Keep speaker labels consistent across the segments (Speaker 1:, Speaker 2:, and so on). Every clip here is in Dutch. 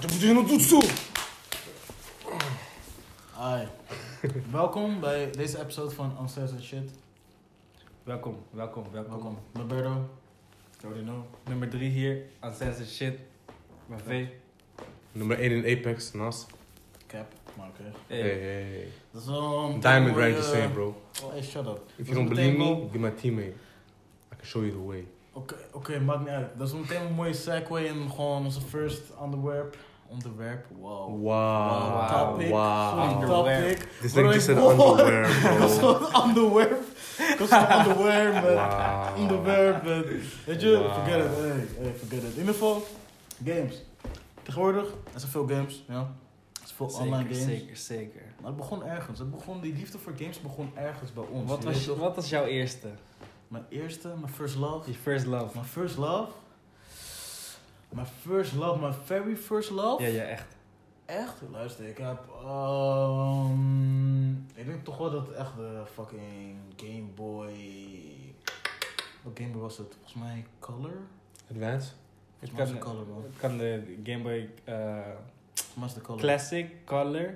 Speaker 1: Dat moet je een toetstoel.
Speaker 2: Hi. welkom bij deze episode van Upstairs and Shit.
Speaker 3: Welkom, welkom, welkom.
Speaker 2: Welkom, Roberto. You already know.
Speaker 3: Nummer 3 hier, Uncensored Shit. Mijn V.
Speaker 1: Nummer 1 in Apex, naast.
Speaker 2: Cap, maar oké.
Speaker 3: Hey.
Speaker 1: Hey, hey, hey.
Speaker 2: Dat is wel een
Speaker 1: Diamond
Speaker 2: mooie-
Speaker 1: Rank is saying, bro.
Speaker 2: Oh, hey, shut up.
Speaker 1: If
Speaker 2: Dat
Speaker 1: you
Speaker 2: is
Speaker 1: don't believe
Speaker 2: meteen
Speaker 1: me,
Speaker 2: wel-
Speaker 1: be my teammate. I can show you the way.
Speaker 2: Oké, oké, maakt niet uit. Dat is meteen een mooie segue in gewoon onze first onderwerp. Onderwerp, wow.
Speaker 1: Wow.
Speaker 2: Topic. Sorry,
Speaker 1: Wow.
Speaker 3: Underwear.
Speaker 2: topic.
Speaker 1: This
Speaker 2: Bro,
Speaker 1: nigga just said
Speaker 2: wow.
Speaker 1: underwear,
Speaker 2: Dat is
Speaker 1: bro.
Speaker 2: gewoon een onderwerp. Dat is gewoon een onderwerp, man.
Speaker 3: Oh,
Speaker 1: Wow.
Speaker 2: onderwerp. En, weet je,
Speaker 1: Wauw.
Speaker 2: forget it. Hey, hey, forget it. In ieder geval, games. Tegenwoordig, er zijn veel games. Ja. Er zijn veel online games.
Speaker 3: zeker, zeker.
Speaker 2: Maar het begon ergens. Het begon, die liefde voor games begon ergens bij ons.
Speaker 3: Wat
Speaker 2: Je
Speaker 3: was,
Speaker 2: weet
Speaker 3: je-
Speaker 2: toch?
Speaker 3: wat was jouw eerste?
Speaker 2: Mijn eerste, mijn first love.
Speaker 3: Je first love?
Speaker 2: Mijn first love. Mijn first love, mijn very first love.
Speaker 3: Ja, ja, echt.
Speaker 2: Echt? Luister, ik heb. ehm, ik denk toch wel dat het echt de fucking Game Boy. Wat Game Boy was het? Volgens mij Color?
Speaker 1: Advance?
Speaker 2: Volgens
Speaker 3: Het
Speaker 2: mij was
Speaker 3: kan,
Speaker 2: het Color, man.
Speaker 3: het kan de Game Boy eh,
Speaker 2: Volgens mij was het Oh. Color.
Speaker 3: Classic Color.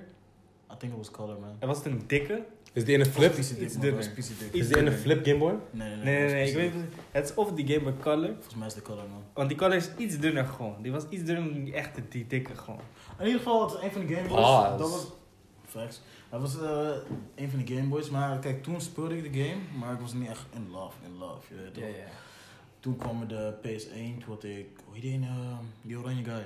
Speaker 2: I think it was Color, man.
Speaker 3: En was het een dikke?
Speaker 1: Is die in een flip?
Speaker 2: Iets
Speaker 3: Iets
Speaker 2: dunner.
Speaker 3: dunner.
Speaker 2: PC dik.
Speaker 1: Is die in
Speaker 3: dunner.
Speaker 1: een flip Game Boy?
Speaker 2: Nee, nee, nee.
Speaker 3: Nee, nee,
Speaker 2: het was
Speaker 3: nee. Ik
Speaker 2: PC dik.
Speaker 3: weet, het is of die Game Boy Color.
Speaker 2: Volgens mij is het Color, man.
Speaker 3: Want die color is iets dunner gewoon. Die was iets dunner dan die echte, die dikke gewoon.
Speaker 2: In ieder geval, het is een van de Game Boys.
Speaker 1: Pause.
Speaker 2: Dat was. Facts. Dat was eh, een van de Game Boys, maar kijk, toen speelde ik de game, maar ik was niet echt in love, in love. Je weet toch? Toen kwam er de PS1, toen had ik, hoe heet die, eh, die oranje guy?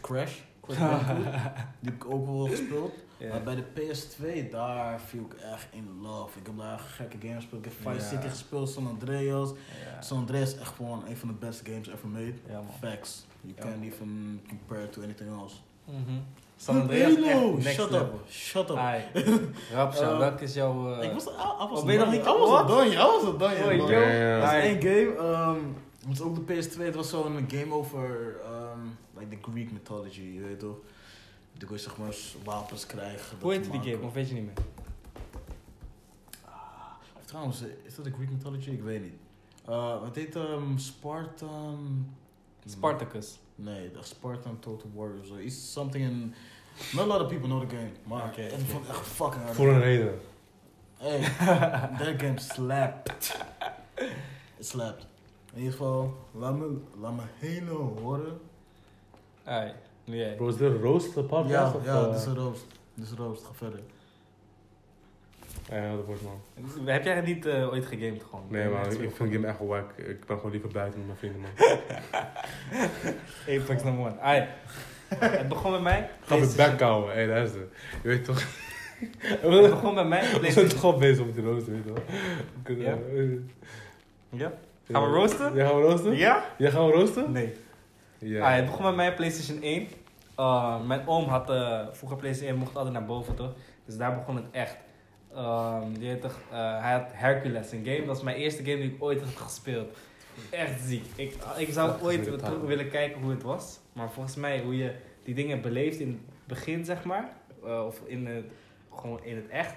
Speaker 2: Crash, Crash Bandicoot. die heb ik ook wel gespeeld. Maar bij de PS2, daar viel ik echt in love. Ik heb daar gekke games gespeeld. Ik heb Vice
Speaker 3: Ja.
Speaker 2: City gespeeld, San Andreas.
Speaker 3: Ja.
Speaker 2: San Andreas is echt gewoon een van de best games ever made.
Speaker 3: Ja, man.
Speaker 2: Facts. You
Speaker 3: Ja,
Speaker 2: can't
Speaker 3: man.
Speaker 2: even compare to anything else.
Speaker 3: Mhm. San
Speaker 2: Halo!
Speaker 3: Andreas echt next
Speaker 2: Shut
Speaker 3: level. Ah,
Speaker 2: up, shut up.
Speaker 3: Ai, Rapsha,
Speaker 2: Eh,
Speaker 3: welke is jouw... eh,
Speaker 2: ik was, I, I was,
Speaker 3: Oh, ben je nog
Speaker 2: done.
Speaker 3: niet-
Speaker 2: I was
Speaker 3: What?
Speaker 2: al done, I was al done.
Speaker 3: Oei,
Speaker 2: man.
Speaker 3: joh.
Speaker 2: Dat is één
Speaker 1: Damn.
Speaker 2: game. ehm, het is ook de PS2. Het was zo'n game over ehm, like the Greek mythology, je weet toch? Dan kon je zeg maar wapens krijgen. dat
Speaker 3: Hoe heette die
Speaker 2: maken.
Speaker 3: game? Of weet je niet meer?
Speaker 2: Of trouwens, eh, is dat de Greek mythology? Ik weet niet. Eh, wat heet ehm Spartan...
Speaker 3: Spartacus.
Speaker 2: Nee, de Spartan Total War of zo. Iets something in... Not a lot of people know the game, maar
Speaker 3: Oké,
Speaker 2: ik
Speaker 3: oké.
Speaker 2: vond het echt fucking hard.
Speaker 1: Voor een reden.
Speaker 2: Hey, that game slapped. It slapped. In ieder geval, laat me, laat me Halo horen.
Speaker 3: Ai, nu jij.
Speaker 1: Bro, is dit een roast podcast?
Speaker 2: Ja,
Speaker 1: of,
Speaker 2: ja,
Speaker 1: eh,
Speaker 2: dit is een roost. Dit is een roost, ga verder.
Speaker 1: Ja, dat wordt Eh, man.
Speaker 3: Heb jij niet eh, ooit gegamed gewoon?
Speaker 1: Nee, maar
Speaker 3: Echt
Speaker 1: ik vind game echt wel wack. Ik ben gewoon liever buiten met mijn vrienden, man.
Speaker 3: Apex number one. Ai. Het begon bij mij.
Speaker 1: Ga weer
Speaker 3: PlayStation-
Speaker 1: back houden. Hé, daar is het. Je weet toch...
Speaker 3: Het begon bij mij.
Speaker 1: We zijn
Speaker 3: PlayStation.
Speaker 1: toch al bezig met die rooster, weet je wel. We kunnen-
Speaker 3: Ja?
Speaker 1: eh,
Speaker 3: Ja? Gaan we roosten?
Speaker 1: Ja, gaan we roosten?
Speaker 3: Ja?
Speaker 1: Ja, gaan we roosten?
Speaker 3: Nee.
Speaker 1: Ja.
Speaker 3: Ai, Ah, het begon bij mij PlayStation 1. Eh, mijn oom had eh, vroeger PlayStation 1, mocht altijd naar boven toch? Dus daar begon het echt. Ehm, je weet toch, eh, hij had Hercules, een game. Dat was mijn eerste game die ik ooit had gespeeld. Echt ziek. Ik, ik zou
Speaker 1: Dat is
Speaker 3: ooit
Speaker 1: weer
Speaker 3: terug
Speaker 1: taal.
Speaker 3: willen kijken hoe het was. Maar volgens mij, hoe je die dingen beleeft in het begin, zeg maar. eh, of in het, gewoon in het echt.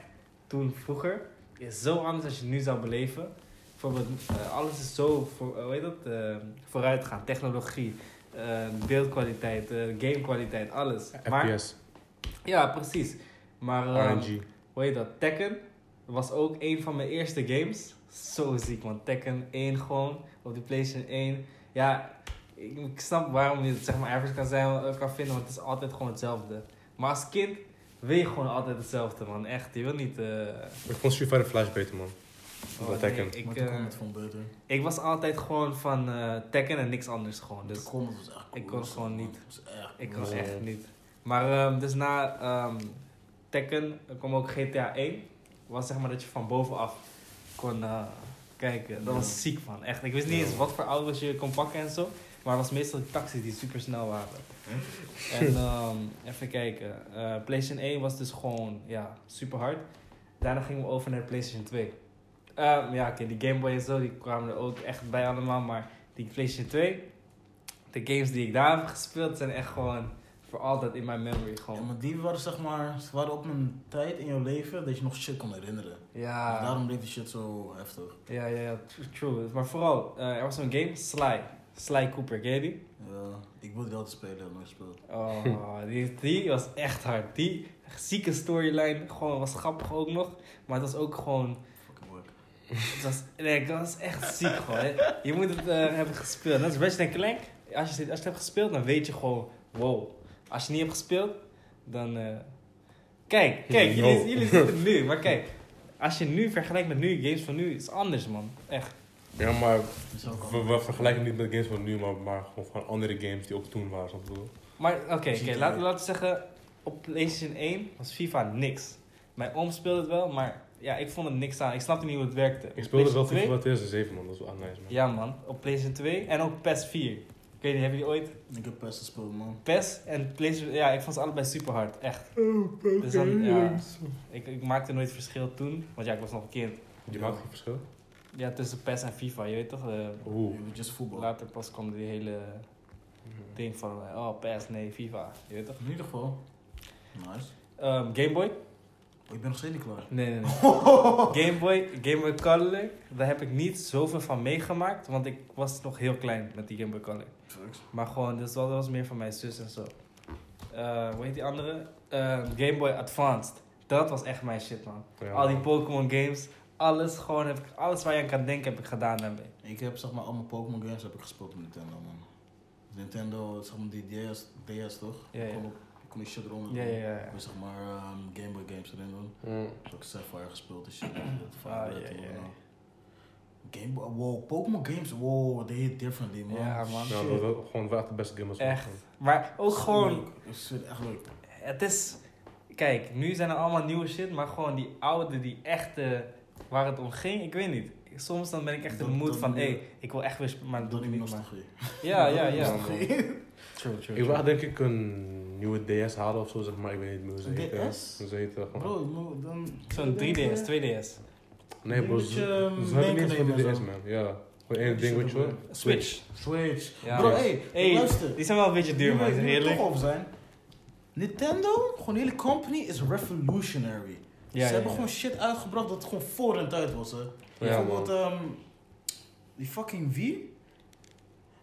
Speaker 3: Toen, vroeger. Is zo anders als je nu zou beleven. Bijvoorbeeld, eh, alles is zo voor, eh, hoe heet dat, eh, vooruitgaan. Technologie, eh, beeldkwaliteit, eh, gamekwaliteit, alles. Maar,
Speaker 1: FPS,
Speaker 3: ja, precies. Maar... ehm,
Speaker 1: RNG.
Speaker 3: hoe heet dat? Tekken was ook een van mijn eerste games. Zo ziek, man. Tekken 1 gewoon op de PlayStation 1. Ja, ik, ik snap waarom je het zeg maar ergens kan, zijn, eh, kan vinden, want het is altijd gewoon hetzelfde. Maar als kind wil je gewoon altijd hetzelfde, man. Echt, je wil niet. eh,
Speaker 1: Ik vond Street Fighter Flash beter, man.
Speaker 3: oh,
Speaker 1: Dan Tekken.
Speaker 3: nee,
Speaker 2: maar
Speaker 3: ik,
Speaker 2: toen kwam
Speaker 3: eh,
Speaker 2: het van beter.
Speaker 3: ik was altijd gewoon van eh, Tekken en niks anders gewoon.
Speaker 2: Dus
Speaker 3: Dus
Speaker 2: kwam het was echt cool.
Speaker 3: ik kon
Speaker 2: was
Speaker 3: gewoon
Speaker 2: echt-
Speaker 3: niet.
Speaker 2: was echt
Speaker 3: Ik
Speaker 2: cool.
Speaker 3: was
Speaker 1: Nee.
Speaker 3: echt niet. Maar ehm, dus na ehm, Tekken er kwam ook GTA 1. Was zeg maar dat je van bovenaf kon eh, kijken. Dat was
Speaker 2: Ja.
Speaker 3: ziek van, echt. Ik wist niet
Speaker 1: Ja.
Speaker 3: eens wat voor auto's je kon pakken en zo. Maar het was meestal die taxis die super snel waren. en ehm, even kijken. Eh, PlayStation 1 was dus gewoon ja, super hard. Daarna gingen we over naar de PlayStation 2. Ehm, ja, oké, die Game Boy en zo, die kwamen er ook echt bij allemaal. Maar die PlayStation 2, de games die ik daar heb gespeeld, zijn echt gewoon voor altijd in mijn memory.
Speaker 2: Ja,
Speaker 3: Gewoon.
Speaker 2: maar die waren zeg maar, ze waren op een tijd in jouw leven dat je nog shit kon herinneren. Dus
Speaker 3: Ja,
Speaker 2: daarom bleef die shit zo heftig.
Speaker 3: ja, ja, ja, tr- true. Maar vooral, eh, er was zo'n game, Sly. Sly Cooper, ken je die?
Speaker 2: Ja, ik wilde die altijd spelen, heb nooit gespeeld.
Speaker 3: Oh, die, die was echt hard. Die zieke storyline, gewoon was grappig ook nog. Maar het was ook gewoon
Speaker 2: Fucking work.
Speaker 3: Het was, nee, dat was echt ziek gewoon. hè. Je moet het eh, hebben gespeeld. Dat is Ratchet Clank. Als je, dit- als je het hebt gespeeld, dan weet je gewoon, wow. Als je niet hebt gespeeld, dan... eh, Kijk, kijk,
Speaker 1: No.
Speaker 3: jullie, jullie zitten nu. Maar kijk, als je nu vergelijkt met nu, games van nu, is anders man. Echt.
Speaker 1: Ja, maar
Speaker 2: Dat is Dus ook al-
Speaker 1: we, we vergelijken niet met games van nu, maar, maar gewoon van andere games die ook toen waren. snap je wat ik bedoel?
Speaker 3: Maar oké, oké,
Speaker 2: GTA.
Speaker 3: laten, laten we zeggen, op PlayStation 1 was FIFA niks. Mijn oom speelde het wel, maar ja, ik vond het niks aan. Ik snapte niet hoe het werkte.
Speaker 1: Ik speelde wel
Speaker 3: PlayStation 2?
Speaker 1: FIFA 2007, man. Dat is wel nice, man.
Speaker 3: Ja man, op PlayStation 2 en ook PES 4. Ik weet niet, hebben jullie ooit
Speaker 2: Ik heb best gespeeld, man.
Speaker 3: PES en PlayStation, ja, ik vond ze allebei super hard, echt. Dus dan, ja, ik, ik maakte nooit verschil toen, want ja, ik was nog een kind.
Speaker 1: Die maakt geen verschil.
Speaker 3: Ja, tussen PES en FIFA, je weet toch? eh,
Speaker 1: Oeh.
Speaker 2: Het was just voetbal.
Speaker 3: later pas kwam die hele ding van, eh, oh, PES, nee, FIFA, je weet toch?
Speaker 2: In ieder geval. Nice.
Speaker 3: Ehm, Game Boy?
Speaker 2: Oh, ik ben nog steeds niet klaar.
Speaker 3: Nee, nee, nee. Game Boy, Game Boy Color, daar heb ik niet zoveel van meegemaakt, want ik was nog heel klein met die Game Boy Color.
Speaker 2: Fucks.
Speaker 3: Maar gewoon, dus dat was meer van mijn zus en zo. Eh hoe heet die andere? Eh, Game Boy Advanced. Dat was echt mijn shit, man.
Speaker 1: Ja,
Speaker 3: Al die
Speaker 1: man.
Speaker 3: Pokémon games, alles gewoon, heb ik, alles waar je aan kan denken heb ik gedaan daarmee.
Speaker 2: Ik heb zeg maar allemaal Pokémon games heb ik gespeeld op Nintendo man. Nintendo, zeg maar die DS, DS toch?
Speaker 3: Ja, ja.
Speaker 2: Kon, op, kon die shit eronder
Speaker 3: Ja,
Speaker 2: doen.
Speaker 3: ja, ja, ja.
Speaker 2: Kon je, zeg maar ehm, Game Boy games erin doen.
Speaker 1: Mm.
Speaker 2: Ik heb ook Sapphire gespeeld en shit. Dat
Speaker 3: Ah,
Speaker 2: Violet,
Speaker 3: ja, ja,
Speaker 2: hoor,
Speaker 3: ja.
Speaker 2: nou. Game Boy, wow, Pokémon games, wow, they hit differently man.
Speaker 3: Ja, man.
Speaker 1: Ja, dat was gewoon wel echt de beste game als we
Speaker 3: Echt.
Speaker 1: hadden.
Speaker 3: Maar ook gewoon,
Speaker 2: Leuk. Ik vind het echt leuk.
Speaker 3: het is, kijk, nu zijn er allemaal nieuwe shit, maar gewoon die oude, die echte, waar het om ging, ik weet niet. Soms dan ben ik echt in de
Speaker 2: Dat-
Speaker 3: moed
Speaker 2: dat
Speaker 3: van,
Speaker 2: niet
Speaker 3: hé,
Speaker 2: meer.
Speaker 3: ik wil echt weer, sp- maar dat doe
Speaker 2: Dat
Speaker 3: ik
Speaker 2: is
Speaker 3: niet. Maar.
Speaker 2: nostalgie.
Speaker 3: Ja,
Speaker 2: Dat
Speaker 3: ja,
Speaker 2: is
Speaker 3: ja.
Speaker 2: nostalgie.
Speaker 3: True, true,
Speaker 1: Ik wil echt
Speaker 3: true.
Speaker 1: denk ik een nieuwe DS halen of zo, zeg maar. Ik weet niet meer hoe ze
Speaker 2: Een
Speaker 1: heet. hè.
Speaker 2: DS?
Speaker 1: Hoe Ze heet eh, gewoon.
Speaker 2: Bro, mo- dan...
Speaker 3: Zo'n 3DS,
Speaker 2: eh,
Speaker 3: 2DS.
Speaker 1: Nee, bro.
Speaker 2: dingetje,
Speaker 1: Ze
Speaker 2: eh,
Speaker 1: ze hebben
Speaker 2: mee
Speaker 1: niet eens
Speaker 2: kan
Speaker 1: van
Speaker 2: nemen en
Speaker 1: de DS,
Speaker 2: zo.
Speaker 1: man. Ja. Gewoon één
Speaker 2: Die
Speaker 1: ding,
Speaker 2: shit
Speaker 1: weet je
Speaker 2: ook,
Speaker 1: wel.
Speaker 3: Switch.
Speaker 2: Switch.
Speaker 3: Ja.
Speaker 2: Bro,
Speaker 1: Ja.
Speaker 2: hey,
Speaker 3: Hey,
Speaker 2: luister.
Speaker 3: Die zijn wel een beetje duur, maar
Speaker 2: Nu we- nu we
Speaker 3: eerlijk.
Speaker 2: toch over zijn. Nintendo, gewoon de hele company, is revolutionary.
Speaker 3: Ja,
Speaker 2: Ze
Speaker 3: ja,
Speaker 2: hebben
Speaker 3: ja.
Speaker 2: gewoon shit uitgebracht dat gewoon voor hun tijd was. Hè. Bijvoorbeeld ehm, die fucking Wii.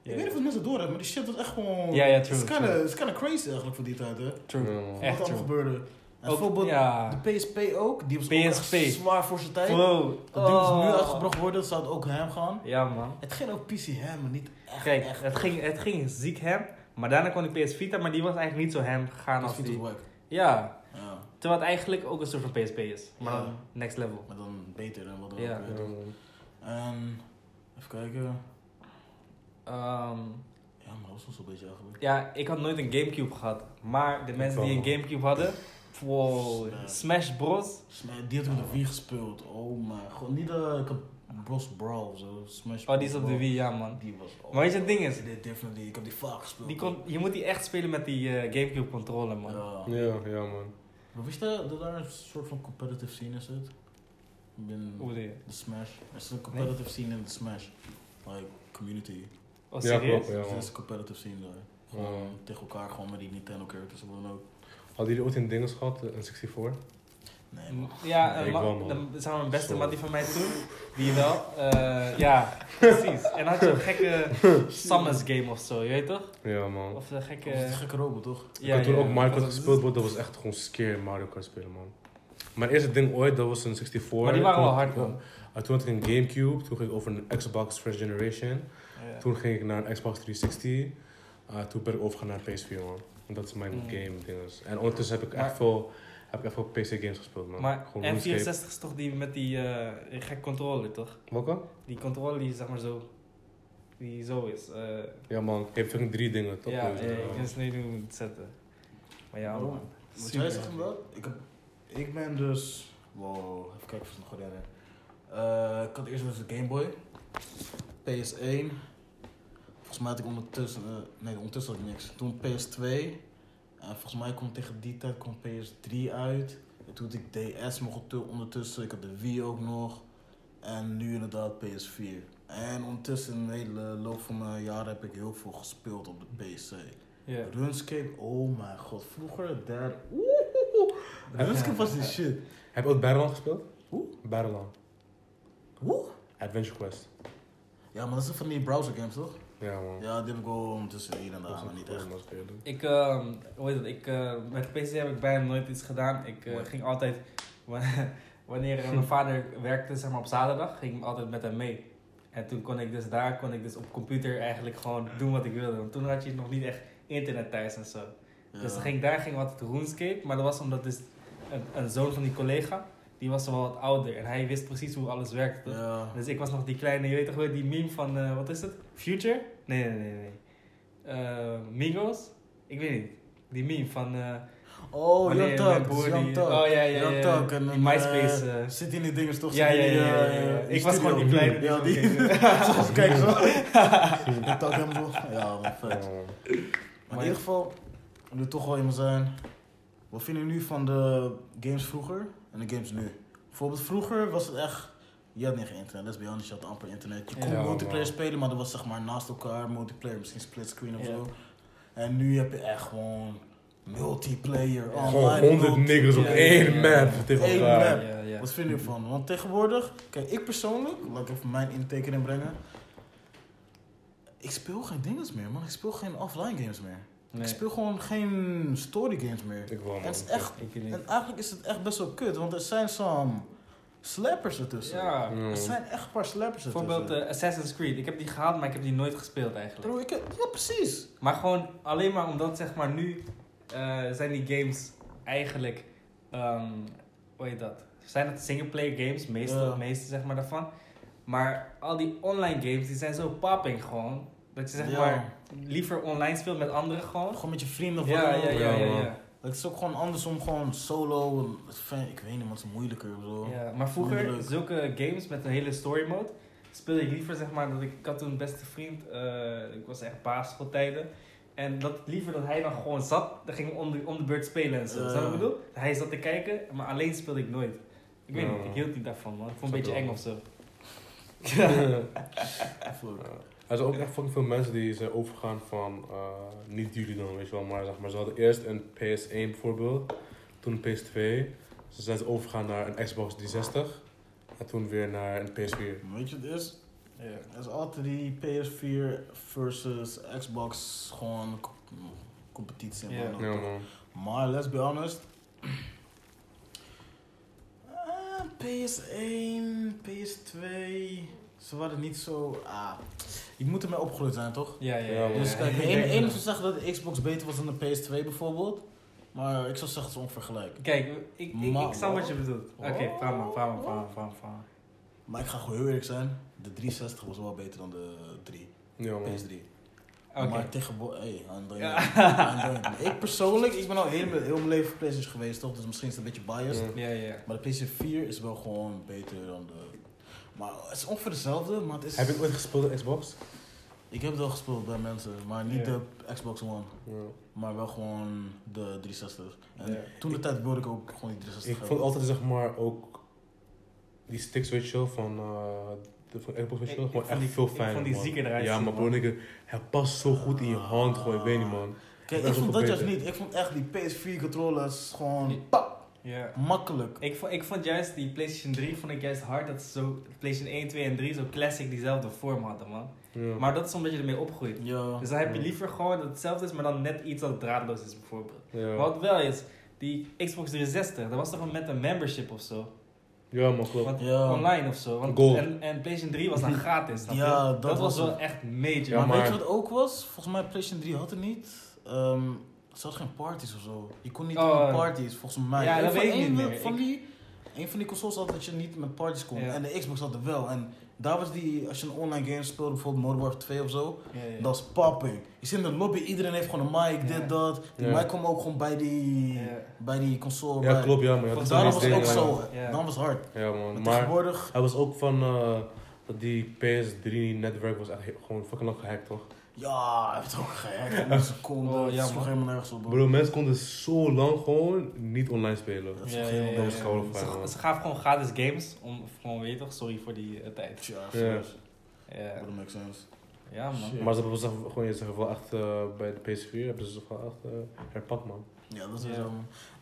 Speaker 3: Ja,
Speaker 2: Ik weet niet of mensen het door hebben, maar die shit was echt gewoon...
Speaker 3: Ja, ja,
Speaker 2: Het
Speaker 3: true,
Speaker 2: is kinda-
Speaker 3: true.
Speaker 2: het is kinda crazy eigenlijk voor die tijd, hè.
Speaker 3: True.
Speaker 1: Ja, man.
Speaker 2: Wat
Speaker 3: Echt
Speaker 2: er allemaal
Speaker 3: true.
Speaker 2: gebeurde. En
Speaker 3: Ook,
Speaker 2: bijvoorbeeld
Speaker 3: ja.
Speaker 2: de PSP ook, die was ook echt
Speaker 3: PSP.
Speaker 2: zwaar voor zijn tijd.
Speaker 3: Wow.
Speaker 2: Dat ding moest nu
Speaker 3: Oh.
Speaker 2: uitgebracht worden, zou het ook hem gaan.
Speaker 3: Ja, man.
Speaker 2: Het ging ook PC hem, maar niet echt.
Speaker 3: Kijk,
Speaker 2: echt.
Speaker 3: het ging, het ging ziek hem. Maar daarna kwam die PS Vita, maar die was eigenlijk niet zo hem gegaan als
Speaker 2: Dat is
Speaker 3: die.
Speaker 2: wack.
Speaker 3: Ja,
Speaker 2: Ja,
Speaker 3: terwijl het eigenlijk ook een soort van PSP is. Maar
Speaker 2: Ja.
Speaker 3: dan next level.
Speaker 2: maar dan beter en wat dan
Speaker 3: Ja.
Speaker 2: ook. weet
Speaker 1: Ja,
Speaker 2: je.
Speaker 1: man.
Speaker 2: Ehm, even kijken.
Speaker 3: Ehm,
Speaker 2: Ja, maar dat was wel zo'n beetje eigenlijk.
Speaker 3: ja, ik had nooit een Gamecube gehad. Maar de mensen die een
Speaker 1: wel.
Speaker 3: Gamecube hadden... Wow,
Speaker 2: Smash.
Speaker 3: Smash Bros.
Speaker 2: Smash, die had ik op de Wii gespeeld. Oh mijn god, niet eh ik heb Bros Brawl of zo. Smash
Speaker 3: Oh, die is op de
Speaker 2: Brawl.
Speaker 3: Wii, ja man.
Speaker 2: Die was oh,
Speaker 3: Maar weet je, het ding is...
Speaker 2: die deed definitely. Ik heb die vaak gespeeld.
Speaker 3: Die kon, je moet die echt spelen met die eh, Gamecube controller, man.
Speaker 2: Ja.
Speaker 1: Ja, ja, man.
Speaker 2: Maar wist je dat daar een soort van competitive scene is? Het?
Speaker 3: Hoe
Speaker 2: Binnen
Speaker 3: bedoel je?
Speaker 2: de Smash. Er is een competitive scene in de Smash. Like, community.
Speaker 3: Oh,
Speaker 1: Ja, klopt,
Speaker 3: serieus?
Speaker 1: ja,
Speaker 2: Er
Speaker 1: man.
Speaker 2: is een competitive scene daar. Gewoon tegen elkaar, gewoon met die Nintendo characters of wat dan ook.
Speaker 1: Hadden jullie ooit een dinges gehad, eh, een 64?
Speaker 2: Nee, man.
Speaker 3: Ja,
Speaker 1: Nee,
Speaker 3: een
Speaker 1: ik
Speaker 3: ma-
Speaker 1: wel, man.
Speaker 3: dan zijn we een beste
Speaker 1: Sorry.
Speaker 3: mattie van mij toen. Die wel. eh, ja, precies. En dan had je een gekke Summers game of zo, je weet toch?
Speaker 1: Ja, man.
Speaker 3: Of een
Speaker 2: Dat was
Speaker 3: gekke.
Speaker 2: een gekke robot, toch?
Speaker 1: Ik
Speaker 3: Ja,
Speaker 1: had toen
Speaker 3: ja.
Speaker 1: ook Mario Kart
Speaker 2: Was-
Speaker 1: gespeeld, maar dat was echt gewoon scary Mario Kart spelen, man. Mijn eerste ding ooit, dat was een 64.
Speaker 3: Maar die waren wel
Speaker 1: Toen-
Speaker 3: hard, man.
Speaker 1: Uh, toen had ik een Gamecube, toen ging ik over een Xbox First Generation.
Speaker 3: Ja.
Speaker 1: Toen ging ik naar een Xbox 360. Uh, toen ben ik overgegaan naar PS4, man. En Dat is mijn
Speaker 3: Mm.
Speaker 1: game dinges. En ondertussen heb ik
Speaker 3: Maar-
Speaker 1: echt veel, heb ik echt veel PC games gespeeld, man.
Speaker 3: Maar
Speaker 1: RuneScape.
Speaker 3: N64 is toch die met die eh, die gekke controller, toch?
Speaker 1: Welke?
Speaker 3: Die controller die zeg maar zo. Die zo is. eh,
Speaker 1: Ja, man. Ik heb fucking drie dingen, toch?
Speaker 3: ja,
Speaker 1: Dus,
Speaker 3: ja,
Speaker 1: eh,
Speaker 3: ik wist niet hoe ik het zetten. Maar ja,
Speaker 2: Waarom?
Speaker 3: man.
Speaker 2: Wat
Speaker 3: Super.
Speaker 2: jij zegt omdat ik, heb, ik ben dus. Wow, even kijken of ik het nog goed herinner. Eh, ik had eerst dus de Game Boy, PS1. Volgens mij had ik ondertussen. eh, nee, ondertussen had ik niks. Toen PS2. En volgens mij kwam tegen die tijd kwam PS3 uit. En toen had ik DS nog tu- ondertussen. Ik had de Wii ook nog. En nu inderdaad PS4. En ondertussen in de hele loop van mijn jaren heb ik heel veel gespeeld op de PC.
Speaker 3: Ja.
Speaker 2: RuneScape, oh mijn god, vroeger daar. Oeh, RuneScape was de shit.
Speaker 1: Heb je ooit Battleland gespeeld?
Speaker 2: Hoe?
Speaker 1: Battleland.
Speaker 2: Hoe?
Speaker 1: Adventure Quest.
Speaker 2: Ja, maar dat is van die browser games, toch?
Speaker 1: Ja, man.
Speaker 2: Ja, die heb ik wel ondertussen hier en
Speaker 1: Dat
Speaker 2: daar,
Speaker 1: is
Speaker 2: maar
Speaker 1: een
Speaker 2: niet
Speaker 1: goeie
Speaker 2: echt.
Speaker 1: om te spelen.
Speaker 3: Ik, ehm, hoe heet dat? Ik, eh, met PC heb ik bijna nooit iets gedaan. Ik eh,
Speaker 2: Mooi.
Speaker 3: ging altijd, wanneer eh, mijn vader werkte zeg maar, op zaterdag, ging ik altijd met hem mee. En toen kon ik dus daar, kon ik dus op computer eigenlijk gewoon doen wat ik wilde. Want toen had je nog niet echt internet thuis en zo.
Speaker 2: Ja.
Speaker 3: Dus dan ging, ik daar ging ik wat RuneScape, maar dat was omdat dus een, een zoon van die collega, die was wel wat ouder. En hij wist precies hoe alles werkte.
Speaker 2: Ja.
Speaker 3: Dus ik was nog die kleine, je weet toch wel, die meme van, eh, wat is het? Future? Nee, nee, nee, nee. Eh, Migos? Ik weet niet. Die meme van... eh,
Speaker 2: Oh,
Speaker 3: wanneer
Speaker 2: Young
Speaker 3: mijn
Speaker 2: Thug.
Speaker 3: broer
Speaker 2: dat is Young
Speaker 3: die-
Speaker 2: Thug.
Speaker 3: Oh, ja, ja, ja.
Speaker 2: Young
Speaker 3: ja.
Speaker 2: Thug en
Speaker 3: Die
Speaker 2: en,
Speaker 3: MySpace.
Speaker 2: eh,
Speaker 3: eh,
Speaker 2: Zit in die dinges toch?
Speaker 3: ja,
Speaker 2: Zit in
Speaker 3: ja,
Speaker 2: die,
Speaker 3: ja, ja,
Speaker 2: eh,
Speaker 3: ja, ja.
Speaker 2: die
Speaker 3: Ik was
Speaker 2: studio.
Speaker 3: gewoon die kleine. dus
Speaker 2: Ja,
Speaker 3: oké.
Speaker 2: die. Zoals kijk zo. Young Thug hem zo. Ja, wat vet.
Speaker 1: Ja, man.
Speaker 2: Maar in ieder geval, we er toch wel in zijn. Wat vinden jullie nu van de games vroeger en de games nu? Bijvoorbeeld vroeger was het echt... Je had niet geen internet, let's be honest, je had amper internet. Je kon
Speaker 1: Ja,
Speaker 2: multiplayer
Speaker 1: man.
Speaker 2: spelen, maar dat was zeg maar naast elkaar. Multiplayer, misschien splitscreen of
Speaker 3: Ja.
Speaker 2: zo. En nu heb je echt gewoon multiplayer
Speaker 1: Gewoon
Speaker 2: online.
Speaker 1: 100
Speaker 2: multi-
Speaker 1: niggers op
Speaker 3: Ja,
Speaker 1: één
Speaker 3: ja, ja.
Speaker 1: map tegen
Speaker 2: Eén
Speaker 1: elkaar.
Speaker 2: map.
Speaker 3: Ja, ja.
Speaker 2: Wat vind je ervan? Want tegenwoordig, kijk, ik persoonlijk, laat ik even mijn intake erin brengen. Ik speel geen dinges meer, man. Ik speel geen offline games meer.
Speaker 3: Nee,
Speaker 2: Ik speel gewoon geen story games meer.
Speaker 1: Ik wil man.
Speaker 2: Het is echt,
Speaker 3: ik weet niet.
Speaker 2: en eigenlijk is het echt best wel kut, want er zijn some slappers ertussen.
Speaker 3: Ja,
Speaker 1: Ja.
Speaker 2: Er zijn echt een paar slappers ertussen.
Speaker 3: bijvoorbeeld eh, Assassin's Creed. Ik heb die gehaald, maar ik heb die nooit gespeeld eigenlijk.
Speaker 2: Bro, ik heb- ja, precies.
Speaker 3: Maar gewoon alleen maar omdat zeg maar nu eh, zijn die games eigenlijk, ehm, hoe heet dat? Zijn het singleplayer games, meestal,
Speaker 2: Ja.
Speaker 3: meeste zeg maar daarvan. Maar al die online games die zijn zo popping gewoon. Dat je zeg
Speaker 2: Ja.
Speaker 3: maar liever online speelt met anderen gewoon.
Speaker 2: Gewoon met je vrienden of wat
Speaker 3: Ja,
Speaker 2: dan ook.
Speaker 3: ja, ja, ja,
Speaker 1: Ja,
Speaker 3: ja.
Speaker 1: man.
Speaker 2: Het is ook gewoon anders om gewoon solo. en- het fijn- Ik weet niet, want het is moeilijker of zo.
Speaker 3: Ja, maar vroeger,
Speaker 2: Minder leuk.
Speaker 3: zulke games met een hele story mode, speelde ik liever zeg maar dat ik, ik had toen een beste vriend, eh, ik was echt basisschooltijden. En dat liever dat hij dan gewoon zat, dan ging we om de, om de beurt spelen en zo. Snap je wat ik
Speaker 2: Ja.
Speaker 3: bedoel? Hij zat te kijken, maar alleen speelde ik nooit. Ik weet
Speaker 1: Ja.
Speaker 3: niet, ik hield niet daarvan man. Ik vond het
Speaker 1: Snap
Speaker 3: een beetje
Speaker 1: wel.
Speaker 3: eng of zo.
Speaker 2: Fuck.
Speaker 1: Er zijn ook echt fucking veel mensen die zijn overgegaan van, eh, niet jullie dan, weet je wel, maar zeg maar, ze hadden eerst een PS1 bijvoorbeeld, toen een PS2, ze zijn ze overgegaan naar een Xbox 360 en toen weer naar een PS4.
Speaker 2: Weet je wat het is? Er is altijd die PS4 versus Xbox gewoon co- competitie. en
Speaker 3: Ja.
Speaker 2: wat dan ook.
Speaker 1: Ja man,
Speaker 2: Maar let's be honest. Ah, PS1, PS2. Ze waren niet zo. Ah, je moet ermee opgegroeid zijn, toch?
Speaker 3: Ja, ja,
Speaker 1: Ja,
Speaker 3: ja.
Speaker 1: man.
Speaker 2: Dus
Speaker 3: ja.
Speaker 2: kijk, de
Speaker 3: Ik
Speaker 2: ene,
Speaker 3: denk-
Speaker 2: ene zou zeggen dat de Xbox beter was dan de PS2 bijvoorbeeld. Maar ik zou zeggen het is onvergelijk.
Speaker 3: Kijk, ik, ik, ik,
Speaker 2: Man.
Speaker 3: snap wat je bedoelt. Oké,
Speaker 2: Oh.
Speaker 3: praat maar, praat maar, praat maar, praat maar, praat maar.
Speaker 2: Maar ik ga gewoon heel eerlijk zijn. De 360 was wel beter dan de 3.
Speaker 1: ja man.
Speaker 2: PS3.
Speaker 3: Oké.
Speaker 2: Maar tegenwoordig, hey, Android.
Speaker 3: Ja.
Speaker 2: Android. Ik persoonlijk, ik ben al heel, mijn- heel mijn leven PlayStation geweest, toch? Dus misschien is het een beetje biased.
Speaker 1: Ja.
Speaker 3: Ja, ja.
Speaker 2: Maar de PlayStation 4 is wel gewoon beter dan de. Maar het is ongeveer dezelfde, maar het is.
Speaker 1: Heb je ooit gespeeld op Xbox?
Speaker 2: Ik heb het wel gespeeld bij mensen, maar niet
Speaker 3: Ja.
Speaker 2: de Xbox One.
Speaker 1: Ja.
Speaker 2: Maar wel gewoon de 360. En
Speaker 3: Ja.
Speaker 2: toen de tijd wilde ik ook gewoon die 360
Speaker 1: Ik vond altijd zeg maar ook die sticks, weet je wel, van, eh, de, van Xbox, weet je wel,
Speaker 3: Ik- ik
Speaker 1: gewoon
Speaker 3: vond
Speaker 1: echt
Speaker 3: die-
Speaker 1: veel
Speaker 3: ik
Speaker 1: fijner
Speaker 3: vond die
Speaker 1: man.
Speaker 3: zieker eruit
Speaker 1: Ja
Speaker 3: zien,
Speaker 1: maar bro,
Speaker 3: man.
Speaker 1: nigga, het past zo goed in je hand gewoon, ik weet niet man.
Speaker 2: Kijk,
Speaker 1: Dat
Speaker 2: ik
Speaker 1: is
Speaker 2: vond
Speaker 1: ook
Speaker 2: dat juist
Speaker 1: beter.
Speaker 2: niet. Ik vond echt die PS4 controllers
Speaker 3: Ja.
Speaker 2: gewoon pap,
Speaker 3: ja.
Speaker 2: makkelijk.
Speaker 3: Ik vond, ik vond juist die PlayStation 3 vond ik juist hard dat ze zo PlayStation 1, 2 en 3 zo classic diezelfde vorm hadden, man.
Speaker 1: Ja.
Speaker 3: Maar dat is omdat je ermee opgroeit.
Speaker 2: Ja.
Speaker 3: Dus dan heb je
Speaker 1: Ja.
Speaker 3: liever gewoon dat hetzelfde is, maar dan net iets dat draadloos is, bijvoorbeeld.
Speaker 1: ja.
Speaker 3: Wat wel is, die Xbox 360, dat was toch wel met een membership of zo?
Speaker 1: ja man, klopt.
Speaker 3: Want
Speaker 2: Ja.
Speaker 3: online of zo. Want
Speaker 1: Gold.
Speaker 3: En, en PlayStation 3 was dan gratis. snap je?
Speaker 2: Ja,
Speaker 3: dat,
Speaker 2: dat
Speaker 3: was
Speaker 2: was
Speaker 3: wel
Speaker 2: het.
Speaker 3: echt major.
Speaker 1: Ja,
Speaker 2: maar,
Speaker 1: maar-
Speaker 2: weet je wat ook was? Volgens mij PlayStation 3 had het niet. Ehm ze had geen parties of zo. Je kon niet
Speaker 3: Oh.
Speaker 2: met parties, volgens mij.
Speaker 3: Ja,
Speaker 2: Een
Speaker 3: dat
Speaker 2: van-
Speaker 3: weet ik
Speaker 2: een
Speaker 3: niet
Speaker 2: van-
Speaker 3: meer.
Speaker 2: Van
Speaker 3: Ik-
Speaker 2: die, een van die consoles had dat je niet met parties kon.
Speaker 3: Ja.
Speaker 2: En de Xbox had het wel. En daar was die, als je een online game speelde, bijvoorbeeld Modern Warfare 2 of zo,
Speaker 3: Ja, ja.
Speaker 2: dat is popping. Je zit in de lobby, iedereen heeft gewoon een mic,
Speaker 3: Ja.
Speaker 2: dit, dat. Die
Speaker 1: Ja.
Speaker 2: mic kwam ook gewoon bij die,
Speaker 3: Ja.
Speaker 2: bij die console.
Speaker 1: Ja,
Speaker 2: bij-
Speaker 1: klopt, ja, maar ja,
Speaker 3: Want
Speaker 1: dat
Speaker 2: Daarom
Speaker 1: is
Speaker 2: was
Speaker 1: een
Speaker 2: het ook
Speaker 1: ding, ja.
Speaker 2: zo.
Speaker 3: Ja.
Speaker 2: Dan was het hard.
Speaker 1: Ja, man.
Speaker 2: Maar
Speaker 1: Maar
Speaker 2: tegenwoordig,
Speaker 1: hij was ook van eh, dat die PS3-netwerk was echt he- gewoon fucking lang gehackt, toch?
Speaker 2: ja, hij heeft ook gehackt. in Een seconde,
Speaker 3: Oh,
Speaker 2: oh,
Speaker 3: ja,
Speaker 2: ja, sloeg
Speaker 3: man.
Speaker 2: helemaal nergens op.
Speaker 1: Bro, mensen konden zo lang gewoon niet online spelen.
Speaker 2: Dat is
Speaker 3: Ja,
Speaker 2: toch
Speaker 3: ja,
Speaker 2: helemaal
Speaker 3: ja,
Speaker 1: Dat
Speaker 2: nergens
Speaker 1: was
Speaker 3: ja.
Speaker 1: gewoon fijn,
Speaker 3: Ze,
Speaker 1: man.
Speaker 3: ze gaven gewoon gratis games, om gewoon weet je toch, sorry voor die eh, tijd.
Speaker 2: Ja,
Speaker 1: serieus.
Speaker 3: Ja,
Speaker 2: dat makes sense.
Speaker 3: ja man.
Speaker 2: Shit.
Speaker 1: Maar ze hebben wel zeggen- gewoon je zegt wel echt eh, bij de PS4 hebben ze wel echt eh, herpakt, man.
Speaker 2: Ja, dat is
Speaker 3: Ja.
Speaker 2: wel zo.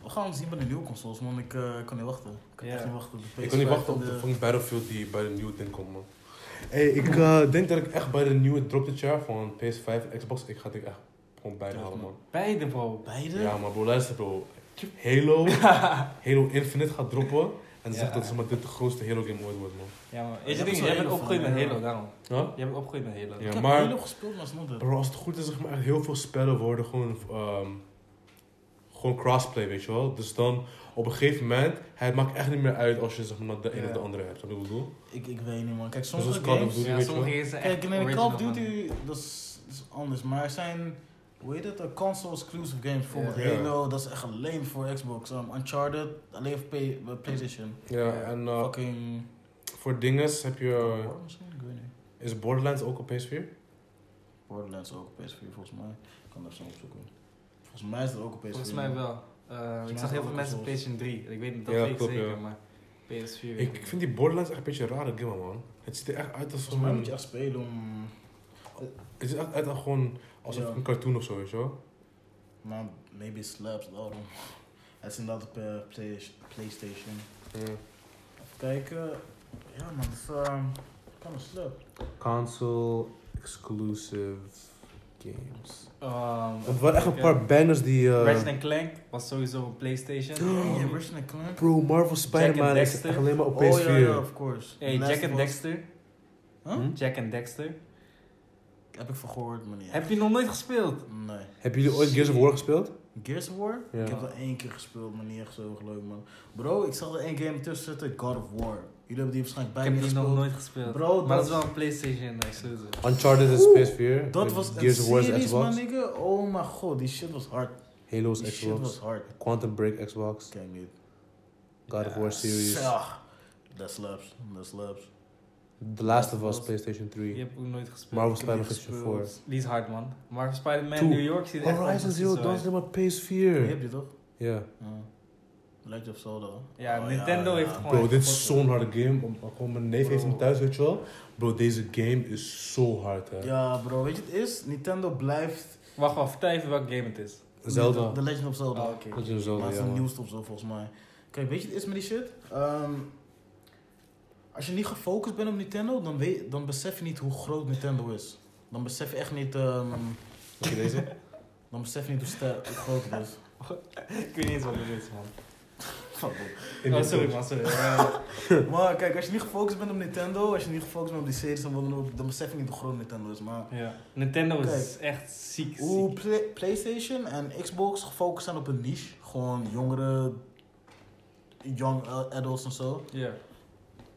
Speaker 2: We gaan het zien bij de nieuwe consoles, man. Ik eh, kan niet wachten. Ik kan
Speaker 3: Ja.
Speaker 2: echt niet wachten. op de
Speaker 1: Ik kon niet
Speaker 2: PS5
Speaker 1: wachten
Speaker 2: en
Speaker 1: op de fucking Battlefield die bij de nieuwe ding komt, man. Hey, ik eh, denk dat ik echt bij de nieuwe drop dit jaar van PS5 en Xbox, ik ga het echt gewoon beide halen, man.
Speaker 3: Beide, bro.
Speaker 2: Beide?
Speaker 1: Ja, maar bro, luister bro. Halo, Halo Infinite gaat droppen. En ze
Speaker 3: Ja.
Speaker 1: zegt dat zeg maar, dit de grootste Halo game ooit wordt, man.
Speaker 3: Ja, maar.
Speaker 2: Ja,
Speaker 3: Weet je
Speaker 2: dat
Speaker 3: ding,
Speaker 2: is
Speaker 3: jij
Speaker 2: wel
Speaker 3: bent
Speaker 2: heel
Speaker 3: opgegroeid
Speaker 2: fijn,
Speaker 3: met
Speaker 2: ja.
Speaker 3: Halo, daarom.
Speaker 1: Huh?
Speaker 3: Jij bent opgegroeid met Halo.
Speaker 1: Ja,
Speaker 2: ik heb
Speaker 1: maar-
Speaker 2: Halo gespeeld, maar snel dat.
Speaker 1: Bro, als het goed is, zeg maar, echt heel veel spellen worden gewoon, ehm, gewoon crossplay, weet je wel. Dus dan, op een gegeven moment, het maakt echt niet meer uit als je zeg maar de een
Speaker 3: Ja.
Speaker 1: of de andere hebt. Snap je wat ik bedoel?
Speaker 2: Ik, ik weet niet, man. Kijk,
Speaker 1: als
Speaker 2: sommige
Speaker 1: Call of
Speaker 2: games...
Speaker 1: Duty.
Speaker 3: Ja,
Speaker 1: weet
Speaker 3: sommige
Speaker 1: je
Speaker 3: games zijn echt
Speaker 2: Kijk, nee, Call of
Speaker 3: original, man.
Speaker 2: Duty, dat is, dat is anders. Maar er zijn, hoe heet het, eh, console-exclusive games. Bijvoorbeeld
Speaker 1: Ja.
Speaker 2: Halo, dat is echt alleen voor Xbox. Um, Uncharted, alleen voor Play- eh, PlayStation.
Speaker 1: Ja,
Speaker 3: Ja.
Speaker 1: en eh,
Speaker 2: Fucking...
Speaker 1: voor dinges heb je...
Speaker 2: Borderlands misschien? Ik weet niet.
Speaker 1: Is Borderlands ook op PS4?
Speaker 2: Borderlands ook op PS4, volgens mij. Ik kan dat zo opzoeken. Volgens mij is dat ook op PS4.
Speaker 3: Volgens mij wel. Eh, ik
Speaker 2: mij
Speaker 3: zag heel veel
Speaker 2: alle
Speaker 3: mensen
Speaker 2: consoles.
Speaker 3: op PlayStation 3. Ik weet niet, dat
Speaker 1: Ja,
Speaker 3: weet ik
Speaker 1: klopt,
Speaker 3: zeker,
Speaker 1: ja.
Speaker 3: maar PS4 weet
Speaker 1: Ik vind die Borderlands echt een beetje een rare game, man. Het ziet er echt uit als
Speaker 2: Volgens mij
Speaker 1: gewoon...
Speaker 2: moet je echt spelen om...
Speaker 1: Het ziet er echt uit als gewoon... Als
Speaker 2: Ja.
Speaker 1: een cartoon of zo, weet je wel.
Speaker 2: Maar maybe it slaps, daarom. Het is inderdaad op eh, Play- PlayStation.
Speaker 1: Ja.
Speaker 2: Even kijken. Ja man, dat is... ehm, kan een slap.
Speaker 1: Console exclusive games.
Speaker 3: Ehm,
Speaker 1: Er waren echt een
Speaker 3: ja.
Speaker 1: paar banners die. eh,
Speaker 3: Ratchet Clank was sowieso een PlayStation.
Speaker 2: Ja, Ratchet Clank.
Speaker 1: bro, Marvel Spider-Man is
Speaker 3: Dexter.
Speaker 1: echt alleen maar op PS4.
Speaker 2: Oh ja, ja, of course.
Speaker 3: Hey,
Speaker 2: Last
Speaker 3: Jack
Speaker 2: of
Speaker 3: and
Speaker 2: Us.
Speaker 3: Dexter.
Speaker 1: Hm?
Speaker 3: Jack and Dexter.
Speaker 2: Heb ik van gehoord, maar niet.
Speaker 3: Heb je nog nooit gespeeld?
Speaker 2: echt. Nee.
Speaker 1: Hebben jullie ooit Gears of War gespeeld?
Speaker 2: Gears of War?
Speaker 1: Ja.
Speaker 2: Ik heb dat één keer gespeeld, maar niet echt zo geloof man. Bro, ik zag er één game tussen zitten, God of War. Jullie hebben die waarschijnlijk
Speaker 3: Ik
Speaker 2: bijna
Speaker 3: heb die nog
Speaker 2: gespeeld.
Speaker 3: nooit gespeeld.
Speaker 2: Bro,
Speaker 3: maar dat
Speaker 2: dat-
Speaker 3: is wel een PlayStation eh, exclusive.
Speaker 1: Uncharted is
Speaker 2: Oeh,
Speaker 1: PS4.
Speaker 2: Dat was een
Speaker 1: Gears of War is
Speaker 2: series, man,
Speaker 1: Xbox.
Speaker 2: nigga. Oh mijn god, die shit was hard.
Speaker 1: Halo is
Speaker 2: Die shit was
Speaker 1: Xbox.
Speaker 2: hard.
Speaker 1: Quantum Break Xbox.
Speaker 2: Kijk niet.
Speaker 1: God of War series.
Speaker 2: Zag. Dat slaps, dat slaps.
Speaker 1: The Last of Us
Speaker 3: Was-
Speaker 1: PlayStation 3.
Speaker 3: Die heb ik ook nooit gespeeld.
Speaker 1: Marvel
Speaker 2: Ik heb die
Speaker 1: Spider-Man PlayStation 4.
Speaker 2: gespeeld.
Speaker 3: Die is hard, man. Maar Spider-Man
Speaker 1: Two.
Speaker 3: New York ziet er echt
Speaker 1: Horizon
Speaker 3: fantastisch
Speaker 1: Zero
Speaker 3: uit.
Speaker 1: Dawn is alleen maar PS4.
Speaker 2: Die
Speaker 1: Ja.
Speaker 2: heb je toch? Ja. Lijkt op Zelda.
Speaker 3: Ja,
Speaker 2: Oh,
Speaker 3: Nintendo heeft gewoon-
Speaker 1: Bro, dit is zo'n harde game. Om- Gewoon mijn neef heeft hem thuis, weet je wel. Bro, deze game is zo hard, hè.
Speaker 2: Ja, bro, weet je wat het is? Nintendo blijft...
Speaker 3: Wacht, wacht, vertel even welk game het is.
Speaker 1: Zelda.
Speaker 2: The Legend of Zelda.
Speaker 3: Oh, oké.
Speaker 1: Dat is zo,
Speaker 2: Maar het
Speaker 1: ja,
Speaker 2: is een
Speaker 1: man.
Speaker 2: nieuwste of zo volgens mij. Kijk, weet je, het is met die shit. Ehm, als je niet gefocust bent op Nintendo, dan, weet, dan besef je niet hoe groot Nintendo is. Dan besef je echt niet. ehm,
Speaker 1: Zie je deze?
Speaker 2: dan besef je niet hoe, ster- hoe groot het is.
Speaker 3: Ik weet niet eens wat het is, man.
Speaker 1: In
Speaker 3: Oh,
Speaker 1: de
Speaker 3: sorry,
Speaker 1: touch.
Speaker 3: man, sorry. Ja,
Speaker 2: maar kijk, als je niet gefocust bent op Nintendo, als je niet gefocust bent op die series, dan, dan, dan besef je niet hoe groot Nintendo is. Maar
Speaker 3: ja. Nintendo is echt ziek, ziek.
Speaker 2: hoe Pla- PlayStation en Xbox gefocust zijn op een niche, gewoon jongere, young eh, adults en zo.
Speaker 3: Ja.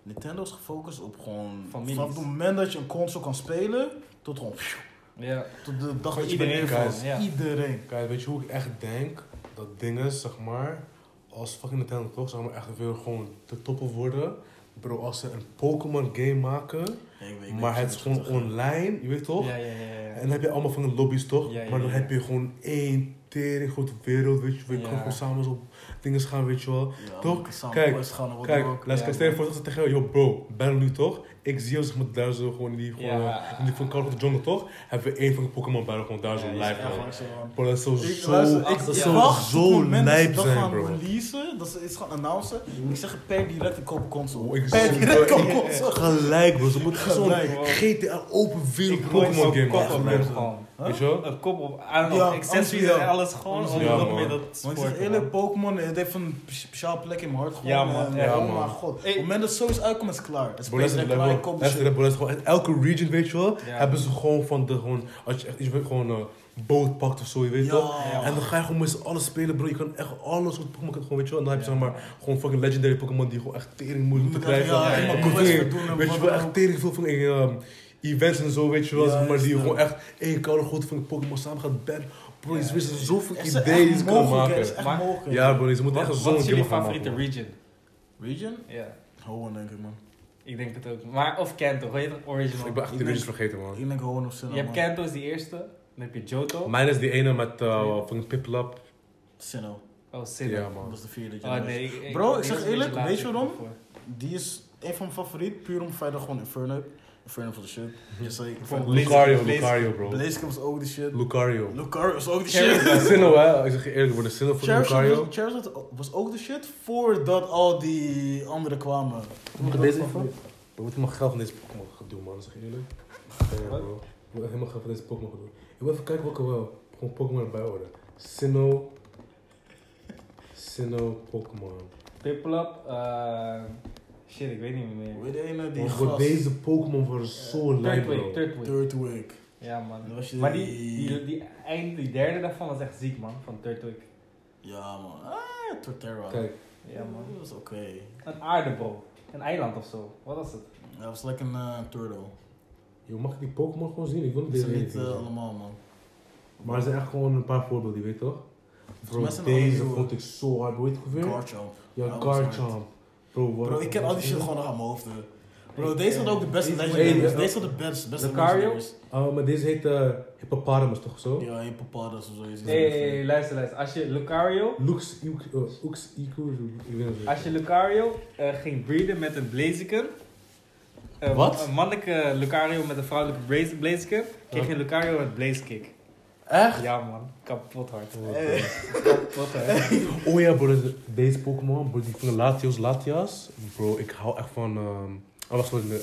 Speaker 2: Nintendo is gefocust op gewoon.
Speaker 3: Families.
Speaker 2: Vanaf het moment dat je een console kan spelen, tot gewoon. pfiou,
Speaker 3: Ja.
Speaker 2: Tot de dag
Speaker 1: Voor
Speaker 2: dat je
Speaker 1: iedereen,
Speaker 2: beneden valt.
Speaker 3: guys, ja.
Speaker 2: Iedereen.
Speaker 1: Kijk, weet je hoe ik echt denk? Dat dingen, zeg maar, als fucking Nintendo toch, zeg maar, echt veel gewoon de toppen worden. Bro, als ze een Pokémon game maken, maar het is gewoon online, je weet toch?
Speaker 3: Ja, ja, ja, ja.
Speaker 1: En dan heb je allemaal van de lobby's toch?
Speaker 3: Ja, ja,
Speaker 1: maar dan
Speaker 3: ja.
Speaker 1: heb je gewoon één tering grote wereld, weet je. We
Speaker 3: Ja.
Speaker 1: kunnen gewoon samen zo dingen gaan, weet je wel. Toch? Kijk, Kijk, laat ik
Speaker 3: ja,
Speaker 1: stel je
Speaker 3: man.
Speaker 1: voor dat ze tegen jou, yo bro, battle nu toch? Ik zie jou zeg maar daar zo gewoon in die, gewoon,
Speaker 3: Ja.
Speaker 1: in die van Call of the Jungle toch? Hebben we één van de Pokémon battle gewoon daar zo
Speaker 3: Ja, die is
Speaker 1: live man.
Speaker 2: man.
Speaker 1: Bro, dat zou
Speaker 2: Ik,
Speaker 1: zo,
Speaker 2: luister, ik,
Speaker 1: dat
Speaker 2: ik
Speaker 1: zou
Speaker 2: wacht tot het
Speaker 1: zo
Speaker 2: moment dat ze
Speaker 1: lijp
Speaker 2: dat
Speaker 1: zijn,
Speaker 2: gaan
Speaker 1: bro. Mm.
Speaker 2: releasen, dat ze iets gaan announcen. Ik zeg het per direct een koop console.
Speaker 1: Oh, ik
Speaker 2: per
Speaker 1: zie-
Speaker 2: direct
Speaker 1: bro,
Speaker 2: een
Speaker 1: ik-
Speaker 2: koop console.
Speaker 1: Gelijk, bro. Ze moeten echt zo'n
Speaker 2: Gelijk,
Speaker 3: bro.
Speaker 1: GTA open
Speaker 3: Ik
Speaker 1: wereld
Speaker 3: gooi
Speaker 1: Pokémon
Speaker 3: zo'n
Speaker 1: game
Speaker 3: kop op,
Speaker 1: maken,
Speaker 3: bro,
Speaker 1: man.
Speaker 3: gewoon.
Speaker 1: Weet je wel?
Speaker 3: Een kop op, I don't know,
Speaker 2: Ja,
Speaker 3: accessories
Speaker 2: Amsterdam.
Speaker 3: en alles gewoon. Om
Speaker 1: Ja,
Speaker 3: nog
Speaker 1: man.
Speaker 3: meer dat
Speaker 2: Maar ik
Speaker 3: sport
Speaker 2: zeg eerlijk, Pokémon het heeft een speciaal plek in mijn hart. Gewoon.
Speaker 3: Ja, man,
Speaker 2: En,
Speaker 3: ja,
Speaker 2: oh
Speaker 1: man.
Speaker 2: mijn god. Op
Speaker 3: Hey.
Speaker 2: het moment dat zoiets uitkomt, is het klaar. Het is
Speaker 1: Bro, dat is
Speaker 2: per direct klaar, ik koop de shit.
Speaker 1: gewoon in elke region, weet je wel,
Speaker 3: Ja.
Speaker 1: hebben ze gewoon van de, gewoon, als je echt iets weet, gewoon een boot pakt of zo, je weet
Speaker 2: Ja.
Speaker 1: toch? En dan ga je gewoon met z'n allen spelen, bro. Je kan echt alles soort Pokémon, gewoon, weet je wel. En dan heb je
Speaker 3: Ja.
Speaker 1: zeg maar gewoon fucking legendary Pokémon die gewoon echt tering moeilijk moeten
Speaker 2: Ja,
Speaker 1: krijgen.
Speaker 2: ja,
Speaker 3: ja,
Speaker 1: Maar
Speaker 3: ja.
Speaker 1: fucking-
Speaker 2: Quest doen en
Speaker 1: Weet
Speaker 2: wat
Speaker 1: je wel,
Speaker 2: dan
Speaker 1: echt
Speaker 2: ook.
Speaker 1: tering veel van ehm, events en zo, weet je wel,
Speaker 2: Ja,
Speaker 1: zeg maar, die
Speaker 2: juist,
Speaker 1: gewoon
Speaker 2: ja.
Speaker 1: echt één koude god van Pokémon samen gaat battlen. Bro,
Speaker 3: Ja.
Speaker 1: ze wisten zoveel
Speaker 2: Er zijn
Speaker 1: ideeën die ze
Speaker 2: echt
Speaker 1: kunnen
Speaker 2: mogelijkheden,
Speaker 1: maken.
Speaker 2: er zijn
Speaker 3: Maar-
Speaker 2: echt mogelijkheden.
Speaker 1: Ja, bro, ze moeten
Speaker 3: Wat,
Speaker 1: echt
Speaker 3: wat
Speaker 1: zo'n
Speaker 3: is
Speaker 1: game
Speaker 3: jullie
Speaker 1: gaan
Speaker 3: favoriete
Speaker 1: maken,
Speaker 3: region?
Speaker 2: Region?
Speaker 3: Ja,
Speaker 2: Hoenn denk ik man.
Speaker 3: ik denk het ook. Maar, of Kanto, hoe heet het
Speaker 1: bro.
Speaker 3: original?
Speaker 1: Ik ben echt
Speaker 2: Ik
Speaker 1: de
Speaker 2: denk-
Speaker 1: regions vergeten, man.
Speaker 2: Ik denk Hoenn of Sinnoh.
Speaker 3: Je hebt
Speaker 2: man.
Speaker 3: Kanto is die eerste, dan heb je Johto.
Speaker 1: Mijn is die ene met eh van Piplap.
Speaker 2: Sinnoh.
Speaker 3: oh, Sinnoh.
Speaker 1: Ja, man.
Speaker 2: Dat is de vierde.
Speaker 3: Oh,
Speaker 2: generation.
Speaker 3: nee, ik,
Speaker 2: Bro, ik
Speaker 3: die
Speaker 2: zeg
Speaker 3: is een
Speaker 2: eerlijk,
Speaker 3: beetje
Speaker 2: weet je
Speaker 3: later
Speaker 2: waarom?
Speaker 3: voor.
Speaker 2: Die is een van mijn favorieten, puur om het feit dat gewoon Inferno heb. Inferno van de shit. Je zei,
Speaker 3: Bijvoorbeeld
Speaker 1: Mhm. Lucario,
Speaker 3: Blaze-
Speaker 1: Lucario, bro.
Speaker 2: Blaziken was ook de shit.
Speaker 1: Lucario.
Speaker 2: Lucario was ook de
Speaker 3: Charizard.
Speaker 2: shit.
Speaker 1: Sinnoh, hè? Ik zeg je eerlijk, bro. De Sinnoh van
Speaker 2: Charizard
Speaker 1: Lucario.
Speaker 2: was- Charizard was ook de shit voordat al die anderen kwamen.
Speaker 1: Moet ik deze even? We moeten helemaal geld van deze Pokémon gaan doen, man. Zeg je eerlijk. Ja,
Speaker 3: Wat?
Speaker 1: bro. We moeten helemaal geld van deze Pokémon gaan doen. Ik wil even kijken welke wel gewoon Pokémon erbij horen. Sinnoh. Sinnoh Pokémon.
Speaker 3: Piplup, eh shit, ik weet niet meer. Eh,
Speaker 2: Hoe heet die ene die
Speaker 1: Maar voor
Speaker 2: gras?
Speaker 1: Oh, deze Pokémon voor zo lijp,
Speaker 3: Turtwig,
Speaker 1: bro.
Speaker 3: Turtwig.
Speaker 2: Turtwig.
Speaker 3: Ja,
Speaker 2: Dan
Speaker 3: man.
Speaker 2: was je
Speaker 3: Maar die,
Speaker 2: die-
Speaker 3: die, die, eind, die derde daarvan was echt ziek, man. Van Turtwig.
Speaker 2: Ja, man. Ah, Torterra.
Speaker 1: Kijk,
Speaker 3: Ja, man.
Speaker 2: Dat was oké.
Speaker 3: Een aardebol. Een eiland of zo. Wat was het?
Speaker 2: Dat was lekker een eh, turtle.
Speaker 1: joh, mag ik die Pokémon gewoon zien? Ik wil
Speaker 2: Dat
Speaker 1: niet deze
Speaker 2: zijn niet
Speaker 1: zien.
Speaker 2: eh, allemaal, man.
Speaker 1: Maar er zijn echt gewoon een paar voorbeelden, je weet toch? Bro,
Speaker 2: Mensen zijn
Speaker 1: deze
Speaker 2: allemaal
Speaker 1: vond ik zo hard. Weet je ongeveer?
Speaker 2: Garchomp.
Speaker 1: Ja,
Speaker 2: Ja, dat was
Speaker 1: Garchomp. Bro, wat
Speaker 2: Bro, ik ken al die shit gewoon nog aan mijn hoofd, hè. Bro, deze had ook de beste
Speaker 3: Deze-
Speaker 2: legendaries.
Speaker 1: Hey,
Speaker 2: Deze had de best, beste
Speaker 3: Lucario?
Speaker 2: legendaries.
Speaker 1: Oh, maar deze heet eh Hippopotamus, toch zo?
Speaker 2: Ja, hippopotas of zoiets.
Speaker 3: Nee, nee, nee, luister, luister. Als je Lucario,
Speaker 1: Lux, Iku, eh, Ux, Iku, ik weet het niet.
Speaker 3: als je Lucario eh, ging breeden met een Blaziken. eh,
Speaker 2: Wat?
Speaker 3: Een mannelijke Lucario met een vrouwelijke Bla- Blaziken. Kreeg
Speaker 2: Oh.
Speaker 3: je Lucario met Blazekick.
Speaker 2: Echt?
Speaker 3: Ja, man. Kapot hard.
Speaker 1: Oh,
Speaker 2: Hey.
Speaker 3: Kapot hard.
Speaker 1: Oh ja, bro, deze, deze Pokémon, bro, die van Latios, Latias. Bro, ik hou echt van. ehm oh, wacht, sorry. nee.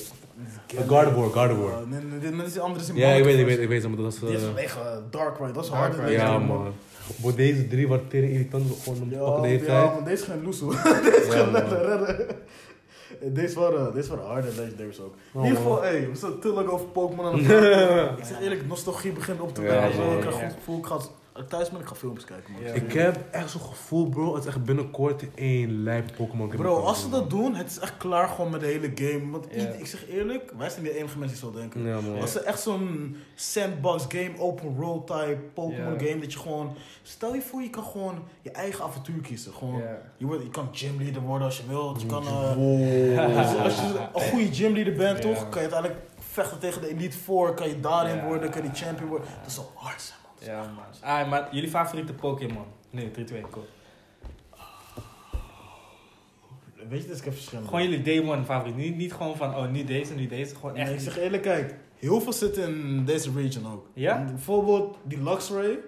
Speaker 1: Eh, Gardevoir, Gardevoir.
Speaker 2: Eh, nee, nee, dit- dit is die andere
Speaker 1: Ja, ik weet, ik
Speaker 2: het
Speaker 1: weet, ik weet, maar dat is.
Speaker 2: Dit is
Speaker 1: eh,
Speaker 2: wel echt eh, Darkrai, dat is
Speaker 3: Darkrai.
Speaker 2: hard. hè, deze.
Speaker 1: ja, man. Bro, deze drie waren tering irritant gewoon om te pakken de hele
Speaker 2: Ja,
Speaker 1: tijd.
Speaker 2: want deze geen loes hoor. Deze
Speaker 1: Ja,
Speaker 2: gaan
Speaker 1: man.
Speaker 2: lekker redden. En Deze waren, eh, deze waren harde legendaries ook. In
Speaker 1: Oh,
Speaker 2: ieder geval,
Speaker 1: man.
Speaker 2: hey, we zitten te lang over Pokémon aan het praten. Ik zeg eerlijk, nostalgie begint op te
Speaker 1: Ja,
Speaker 2: werken.
Speaker 1: man.
Speaker 2: ik krijg
Speaker 3: Ja.
Speaker 2: goed gevoel. Ik ga, als ik thuis ben, ik ga filmpjes kijken. Man.
Speaker 3: Ja.
Speaker 1: Ik heb echt zo'n gevoel, bro, het is echt binnenkort één lijp Pokémon. game
Speaker 2: Bro,
Speaker 1: kan
Speaker 2: als ze
Speaker 1: doen.
Speaker 2: dat doen, het is echt klaar gewoon met de hele game. Want
Speaker 3: Ja.
Speaker 2: i- ik zeg eerlijk, wij zijn de enige mensen die zo denken.
Speaker 1: Ja, man.
Speaker 2: Als ze echt zo'n sandbox game, open world type Pokémon
Speaker 3: Ja.
Speaker 2: game, dat je gewoon... Stel je voor, je kan gewoon je eigen avontuur kiezen. Gewoon,
Speaker 3: Ja.
Speaker 2: je, wordt, je kan gymleader worden als je wilt. Je kan, eh,
Speaker 1: Wow.
Speaker 2: als, je- als je een goede gymleader bent,
Speaker 3: Ja.
Speaker 2: toch? Kan je uiteindelijk vechten tegen de Elite Four. Kan je daarin
Speaker 3: Ja.
Speaker 2: worden, kan je die champion worden. Dat zou hard zijn, man.
Speaker 3: Ja, man. Ah, maar jullie favoriete Pokémon? Nee, 3, 2, 1, go.
Speaker 2: Weet je, dat is even verschillend.
Speaker 3: Gewoon jullie day one favoriet. Niet, niet gewoon van, oh, nu deze, nu deze. Gewoon
Speaker 2: Nee, ik
Speaker 3: echt.
Speaker 2: zeg eerlijk, kijk, heel veel zit in deze region ook.
Speaker 3: Ja?
Speaker 2: Bijvoorbeeld die Luxray,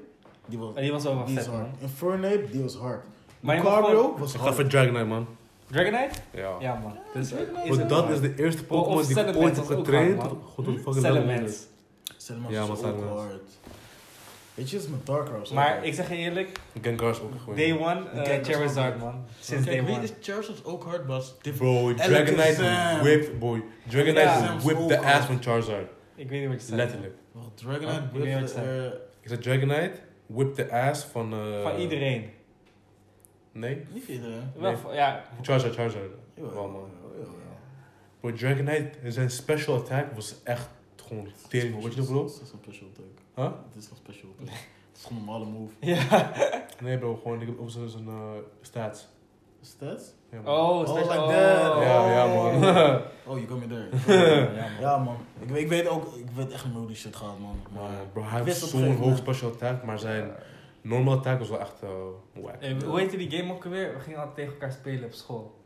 Speaker 2: die was,
Speaker 3: En die was wel wel
Speaker 2: die is
Speaker 3: vet,
Speaker 2: hard.
Speaker 3: man.
Speaker 2: Infernape, die was hard.
Speaker 3: Maar je mag
Speaker 2: Lucario
Speaker 3: gewoon-
Speaker 2: was
Speaker 1: Ik ga
Speaker 2: hard.
Speaker 1: voor Dragonite, man.
Speaker 3: Dragonite?
Speaker 1: Ja.
Speaker 3: Ja, man. Dus,
Speaker 1: Want dat is de eerste
Speaker 3: Oh,
Speaker 1: Pokémon die ik
Speaker 3: Salamence
Speaker 1: ooit heb
Speaker 3: was ook
Speaker 1: getraind.
Speaker 3: hard,
Speaker 1: tot-
Speaker 3: man. Hm?
Speaker 1: Goed, tot fucking level
Speaker 3: Salamence.
Speaker 2: Cinnamon ja,
Speaker 1: Ja, maar
Speaker 2: was ook
Speaker 1: Salamence.
Speaker 2: hard. Weet je, dat is mijn Darkrai. ook
Speaker 3: Maar
Speaker 2: hard.
Speaker 3: ik zeg je eerlijk,
Speaker 1: 100. Gengar is ook gewoon.
Speaker 3: day one,
Speaker 2: Ik kijk
Speaker 3: eh
Speaker 2: dat is
Speaker 3: Charizard,
Speaker 2: wel-
Speaker 3: man. Sinds day
Speaker 2: Kijk,
Speaker 3: one.
Speaker 2: weet je, Charizard ook hard, was
Speaker 1: Bro, Dragonite
Speaker 2: Alakazam.
Speaker 1: whip, boy. Dragonite
Speaker 3: Ja.
Speaker 1: whip
Speaker 2: Ook
Speaker 1: the
Speaker 2: al.
Speaker 1: ass van Charizard.
Speaker 3: Ik weet niet wat je zei.
Speaker 1: Letterlijk.
Speaker 2: Wacht,
Speaker 3: Huh?
Speaker 2: Dragonite
Speaker 3: Oh, Ik weet wat
Speaker 2: with
Speaker 3: je zei.
Speaker 1: Ik zei Dragonite whip the ass van... eh,
Speaker 3: Van iedereen.
Speaker 1: Nee?
Speaker 2: eh, Niet iedereen.
Speaker 3: Wel, van- ja.
Speaker 1: Charizard, Charizard.
Speaker 2: Jawel,
Speaker 1: Wel, man.
Speaker 2: jawel, jawel.
Speaker 1: Bro, Dragonite, zijn special attack was echt gewoon tering. Weet je nog, bro?
Speaker 2: Het is een special attack.
Speaker 1: Huh?
Speaker 2: Het is een special attack. Het is gewoon een normale move.
Speaker 3: Ja.
Speaker 1: Nee, bro, gewoon ik heb op zijn zijn, eh, stats.
Speaker 2: Stats?
Speaker 1: Ja, man.
Speaker 3: Oh,
Speaker 2: Oh,
Speaker 3: slash-
Speaker 2: like
Speaker 3: oh.
Speaker 2: that.
Speaker 1: Ja, ja, man.
Speaker 2: Oh, you got me there.
Speaker 3: Ja, man.
Speaker 2: Ja, man. Ik, weet- ik weet ook, ik weet echt niet hoe die shit gaat, man. Maar
Speaker 1: Maar bro, hij
Speaker 2: Ik
Speaker 1: heeft
Speaker 2: wist op een
Speaker 1: zo'n
Speaker 2: gegeven
Speaker 1: hoog
Speaker 2: moment-
Speaker 1: special attack, maar zijn normal attack was wel echt eh wack.
Speaker 3: Eh, hoe heette die game ook alweer? We gingen altijd tegen elkaar spelen op school.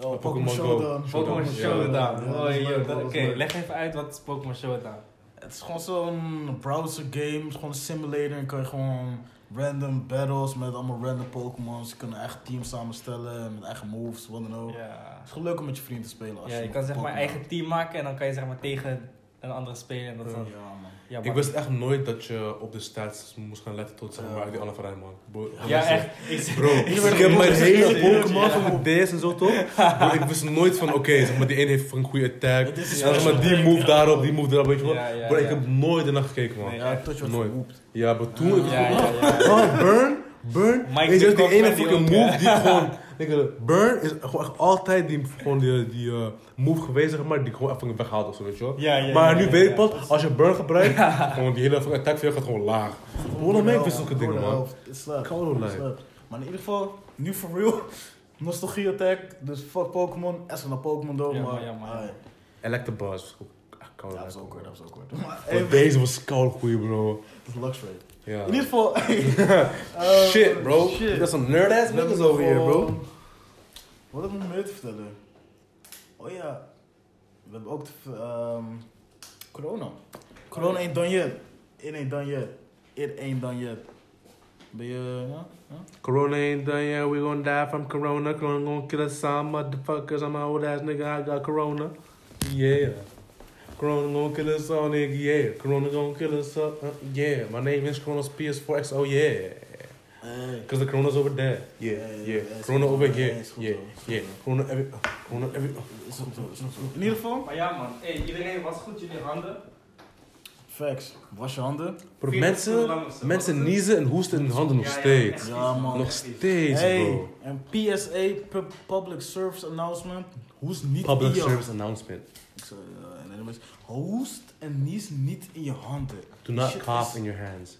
Speaker 2: Oh,
Speaker 1: Pokémon
Speaker 2: Pokémon
Speaker 1: Go.
Speaker 2: Showdown.
Speaker 3: Pokémon
Speaker 1: Ja.
Speaker 3: Showdown.
Speaker 2: Ja, dat
Speaker 3: Oh,
Speaker 2: is
Speaker 3: yo,
Speaker 2: leuk,
Speaker 3: dat-
Speaker 2: dat
Speaker 3: Oké,
Speaker 2: is leuk.
Speaker 3: leg even uit wat is Pokémon Showdown.
Speaker 2: Het is gewoon zo'n browser game, het is gewoon een simulator en kan je gewoon random battles met allemaal random Pokémons. Je kan een eigen team samenstellen met eigen moves, wat dan ook.
Speaker 3: Ja.
Speaker 2: Het is gewoon leuk om met je vrienden te spelen. Als
Speaker 3: Ja, je
Speaker 2: nog
Speaker 3: kan zeg maar
Speaker 2: Pokémon
Speaker 3: eigen team maken en dan kan je zeg maar tegen een andere spelen en dat is
Speaker 2: hebt.
Speaker 3: dan...
Speaker 2: Ja, man.
Speaker 3: Ja,
Speaker 1: Ik
Speaker 3: man.
Speaker 1: wist echt nooit dat je op de stats moest gaan letten tot zeg
Speaker 2: Ja.
Speaker 1: maar die andere vrij man. Bro,
Speaker 3: Ja, echt. Ik-
Speaker 1: Bro,
Speaker 3: Ik word
Speaker 1: ik heb mijn
Speaker 3: gewoon
Speaker 1: hele
Speaker 3: serieus,
Speaker 1: Pokémon
Speaker 3: ja.
Speaker 1: van mijn DS en zo toch? Bro, ik wist nooit van, oké, zeg maar die een heeft een goede attack.
Speaker 2: Het is een
Speaker 1: Ja, zeg maar
Speaker 2: special
Speaker 1: die
Speaker 2: attack,
Speaker 1: move
Speaker 2: ja.
Speaker 1: daarop, die move daarop, weet je wel.
Speaker 3: Ja, ja,
Speaker 1: Bro, ik
Speaker 3: ja.
Speaker 1: heb nooit ernaar gekeken man.
Speaker 3: Nee.
Speaker 2: Ja, tot je wordt
Speaker 1: Nooit.
Speaker 2: verwoept.
Speaker 1: Ja, maar toen ik...
Speaker 3: Ja, ja, ja.
Speaker 1: Oh, burn, burn.
Speaker 3: Mike
Speaker 1: Weet je,
Speaker 3: de Kok
Speaker 1: dat is die ene
Speaker 3: met die
Speaker 1: fucking
Speaker 3: ook,
Speaker 1: move die gewoon... nigga, burn is gewoon echt altijd die, gewoon die, die eh, move geweest, zeg maar, die gewoon even weghaalt of zo, weet je wel.
Speaker 3: Ja, ja,
Speaker 1: maar
Speaker 3: ja,
Speaker 1: nu
Speaker 3: ja,
Speaker 1: weet
Speaker 3: ja.
Speaker 1: ik pas, als je burn gebruikt, gewoon die hele fucking attack van je gaat gewoon laag. Hoe lang ben ik wist zulke dingen, man?
Speaker 2: Het slaapt.
Speaker 1: Kan wel
Speaker 2: Het
Speaker 1: lijp.
Speaker 2: slaapt. Maar in ieder geval, nu for real. Nostalgie attack, dus fuck Pokémon. Essen naar Pokémon door,
Speaker 3: Ja,
Speaker 2: maar...
Speaker 3: maar- ja, maar-
Speaker 2: Alright.
Speaker 1: Electabuzz. Echt koud,
Speaker 2: Dat was
Speaker 1: man.
Speaker 2: ook hard, dat was ook hard. Maar
Speaker 1: Bro,
Speaker 2: even,
Speaker 1: Deze was koud goeie, bro.
Speaker 2: dat is Luxray.
Speaker 1: Ja.
Speaker 2: In ieder geval, Eh,
Speaker 1: Shit, bro.
Speaker 2: shit.
Speaker 1: Dat is een nerd-ass
Speaker 2: Dat
Speaker 1: niggas
Speaker 2: is
Speaker 1: over here, bro.
Speaker 2: gewoon- Wat heb ik nog meer te vertellen? Oh ja, we hebben ook te ver- ehm, corona. Corona
Speaker 3: Oh,
Speaker 2: in Danjet. In een Danjet. In een Danjet. Ben je... Ja? Ja?
Speaker 1: Corona ain't done yet, we gonna die from corona. Corona gonna kill us, some motherfuckers. I'm an old ass nigga, I got corona. Yeah. Corona gonna kill us all, nigga. Yeah. Corona gonna kill us all. Uh, yeah. My name is Corona's PS4X. Oh, yeah.
Speaker 2: Hey.
Speaker 1: Because the Corona's over there. Yeah.
Speaker 2: Ja, ja,
Speaker 1: Yeah.
Speaker 2: ja, is
Speaker 1: corona
Speaker 2: goed,
Speaker 1: over
Speaker 2: ja,
Speaker 1: here.
Speaker 2: is goed
Speaker 1: yeah.
Speaker 2: zo, is goed
Speaker 1: Yeah.
Speaker 2: zo.
Speaker 1: Corona every. uh, corona every. uh,
Speaker 2: Is goed zo, is goed zo.
Speaker 3: In ieder geval. Maar ja man, hey, iedereen was goed jullie handen.
Speaker 2: Facts. Was je handen.
Speaker 1: Bro,
Speaker 3: 40 seconden
Speaker 1: mensen,
Speaker 3: lang of zo.
Speaker 1: mensen
Speaker 3: Wat is het?
Speaker 1: niezen en hoesten in hun handen nog
Speaker 3: Ja, ja,
Speaker 1: steeds.
Speaker 3: echt
Speaker 2: Ja,
Speaker 3: vies, man.
Speaker 2: man.
Speaker 1: Nog
Speaker 3: Echt vies.
Speaker 1: steeds,
Speaker 2: Hey,
Speaker 1: bro.
Speaker 2: en PSA, Pu- Public Service Announcement. Hoest niet
Speaker 1: Public
Speaker 2: in je...
Speaker 1: service announcement.
Speaker 2: Ik zei, ja, en dan is hoest en nies niet in je handen.
Speaker 1: Do not
Speaker 2: Shit is-
Speaker 1: cough in your hands.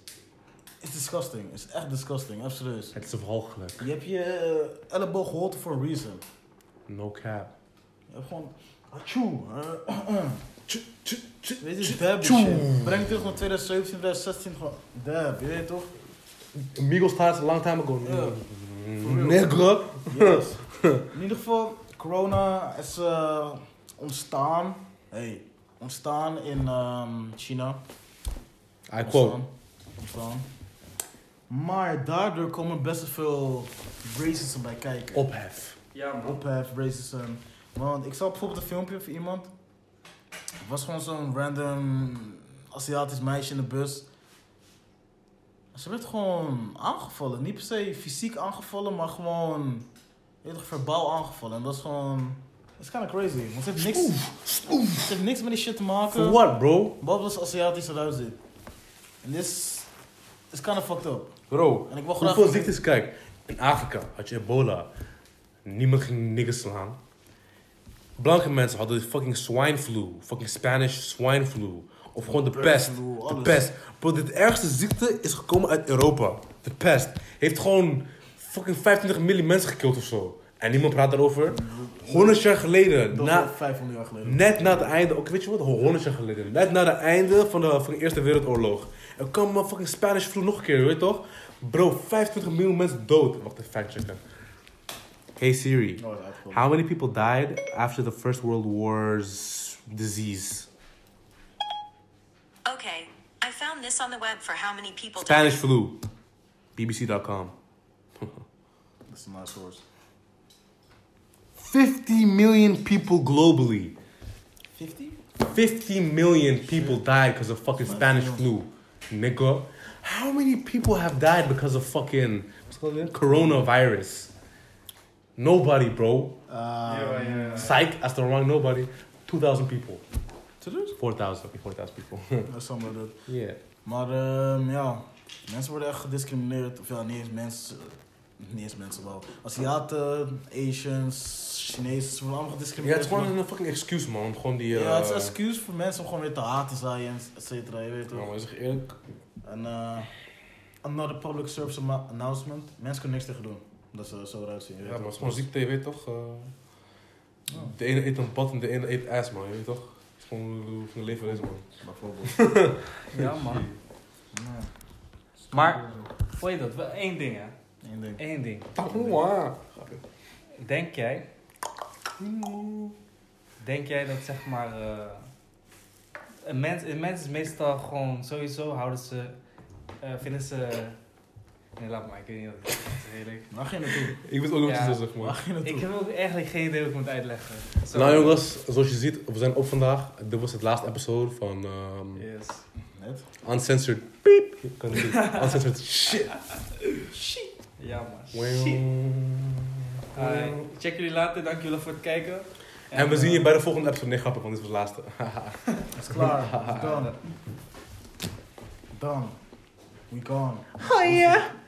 Speaker 2: It's disgusting. It's echt disgusting. Echt serieus.
Speaker 1: Het is walgelijk.
Speaker 2: Je hebt je eh, elleboog geholpen for a reason.
Speaker 1: No cap.
Speaker 2: Je hebt gewoon... Achoo. eh,
Speaker 1: Tch, tch, tch.
Speaker 2: Weet je, dab die
Speaker 1: Tjoe.
Speaker 2: shit. Breng terug naar 2017, 2016. Gewoon dab, je weet toch?
Speaker 1: Migos started a long time ago.
Speaker 2: Ja.
Speaker 1: Nigga.
Speaker 2: Yes. In ieder geval, corona is eh, ontstaan. Hey, ontstaan in ehm, China.
Speaker 1: I
Speaker 2: Ontstaan. Ontstaan. Maar daardoor komen best veel racism bij kijken.
Speaker 1: Ophef.
Speaker 3: Ja man.
Speaker 2: Ophef, racism. ehm, Want ik zag bijvoorbeeld een filmpje van iemand. Het was gewoon zo'n random Aziatisch meisje in de bus. Ze werd gewoon aangevallen. Niet per se fysiek aangevallen, maar gewoon je weet toch, verbaal aangevallen. En dat is gewoon. Dat is kind of crazy. Want het heeft niks, het heeft niks met die shit te maken.
Speaker 1: For what, bro?
Speaker 2: Behalve dat ze Aziatisch eruit ziet. En dit is. is kind of fucked up.
Speaker 1: Bro,
Speaker 2: En ik wil graag.
Speaker 1: hoeveel ziektes, kijk. In Afrika had je ebola. Niemand ging niggers slaan. Blanke mensen hadden fucking swine flu. Fucking Spanish swine flu. Of gewoon de pest.
Speaker 2: Bird flu,
Speaker 1: De
Speaker 2: alles.
Speaker 1: pest. Bro, dit ergste ziekte is gekomen uit Europa. De pest. Heeft gewoon fucking 25 miljoen mensen gekild of zo. En niemand praat daarover. 100 jaar geleden,
Speaker 2: Dat
Speaker 1: na
Speaker 2: was 500 jaar geleden.
Speaker 1: Net na het einde, ook weet je wat, 100 jaar geleden. Net na het einde van de, van de Eerste Wereldoorlog. Er kwam een fucking Spanish flu nog een keer, weet je toch? Bro, 25 miljoen mensen dood. Wacht even, fact checken. Hey Siri,
Speaker 2: Oh, dat is uitgevallen.
Speaker 1: how many people died after the First World War's disease?
Speaker 4: Okay, I found this on the web for how many people died.
Speaker 1: Spanish flu. BBC.com.
Speaker 2: Dat is een nice source.
Speaker 1: 50 million people globally.
Speaker 2: 50?
Speaker 1: 50 million people died because of fucking Spanish flu. Nigga. How many people have died because of fucking coronavirus? Nobody, bro.
Speaker 2: Ehm,
Speaker 3: Ja, ja.
Speaker 1: Psych, that's the wrong nobody. 2,000 people.
Speaker 2: Serieus?
Speaker 1: 4,000. Okay, 4,000 people.
Speaker 2: Dat is allemaal dat.
Speaker 1: yeah.
Speaker 2: Maar ehm, ja, mensen worden echt gediscrimineerd. Of ja, niet eens mensen. eh, Niet eens mensen wel. Aziaten, Asians, Chinezen, ze worden allemaal
Speaker 1: Ja, het
Speaker 2: gediscrimineerd.
Speaker 1: is gewoon een fucking excuus, man. Gewoon die... eh,
Speaker 2: Ja, het is een excuus voor mensen om gewoon weer te haten zijn, et cetera, je weet
Speaker 1: Nou,
Speaker 2: toch.
Speaker 1: maar zeg eerlijk.
Speaker 2: En eh, another public service ama- announcement. Mensen kunnen niks tegen doen. Dat ze zo eruit zien, je
Speaker 1: Ja,
Speaker 2: weet
Speaker 1: maar
Speaker 2: toch.
Speaker 1: het is gewoon ziek TV, toch? Eh, De ene eet een pad en de ene eet ass, man. Je weet toch? Het is gewoon hoe het leven is, man.
Speaker 2: Bijvoorbeeld.
Speaker 3: Ja man.
Speaker 2: Ja.
Speaker 3: Maar, vond je dat? Wel één ding hè.
Speaker 2: Eén ding.
Speaker 3: Eén ding.
Speaker 1: Tahoua.
Speaker 3: Denk jij, denk jij dat zeg maar... eh, een, mens, een mens is meestal gewoon sowieso houden ze... eh, vinden ze... Nee, laat maar. Ik weet niet wat ik dat is redelijk.
Speaker 2: Waar ga je naartoe?
Speaker 1: Ik weet ook nog wat je
Speaker 3: Ja.
Speaker 1: zo zegt, man.
Speaker 2: Waar ga je naartoe?
Speaker 3: Ik heb ook eigenlijk geen idee hoe ik moet uitleggen. Zo.
Speaker 1: Nou jongens, zoals je ziet, we zijn op vandaag. Dit was het laatste episode van ehm,
Speaker 3: Yes.
Speaker 2: Net.
Speaker 1: Uncensored Piep. Je kan het niet. Uncensored Shit.
Speaker 3: Ja man. Ah, Shit.
Speaker 1: Wow.
Speaker 3: Alright, Check jullie later. Dank jullie voor het kijken.
Speaker 1: En we zien
Speaker 3: eh,
Speaker 1: je bij de volgende episode. Nee, grappig, want dit was het laatste.
Speaker 2: Het is klaar. Het is done. Done. We gone.
Speaker 4: Oh, yeah.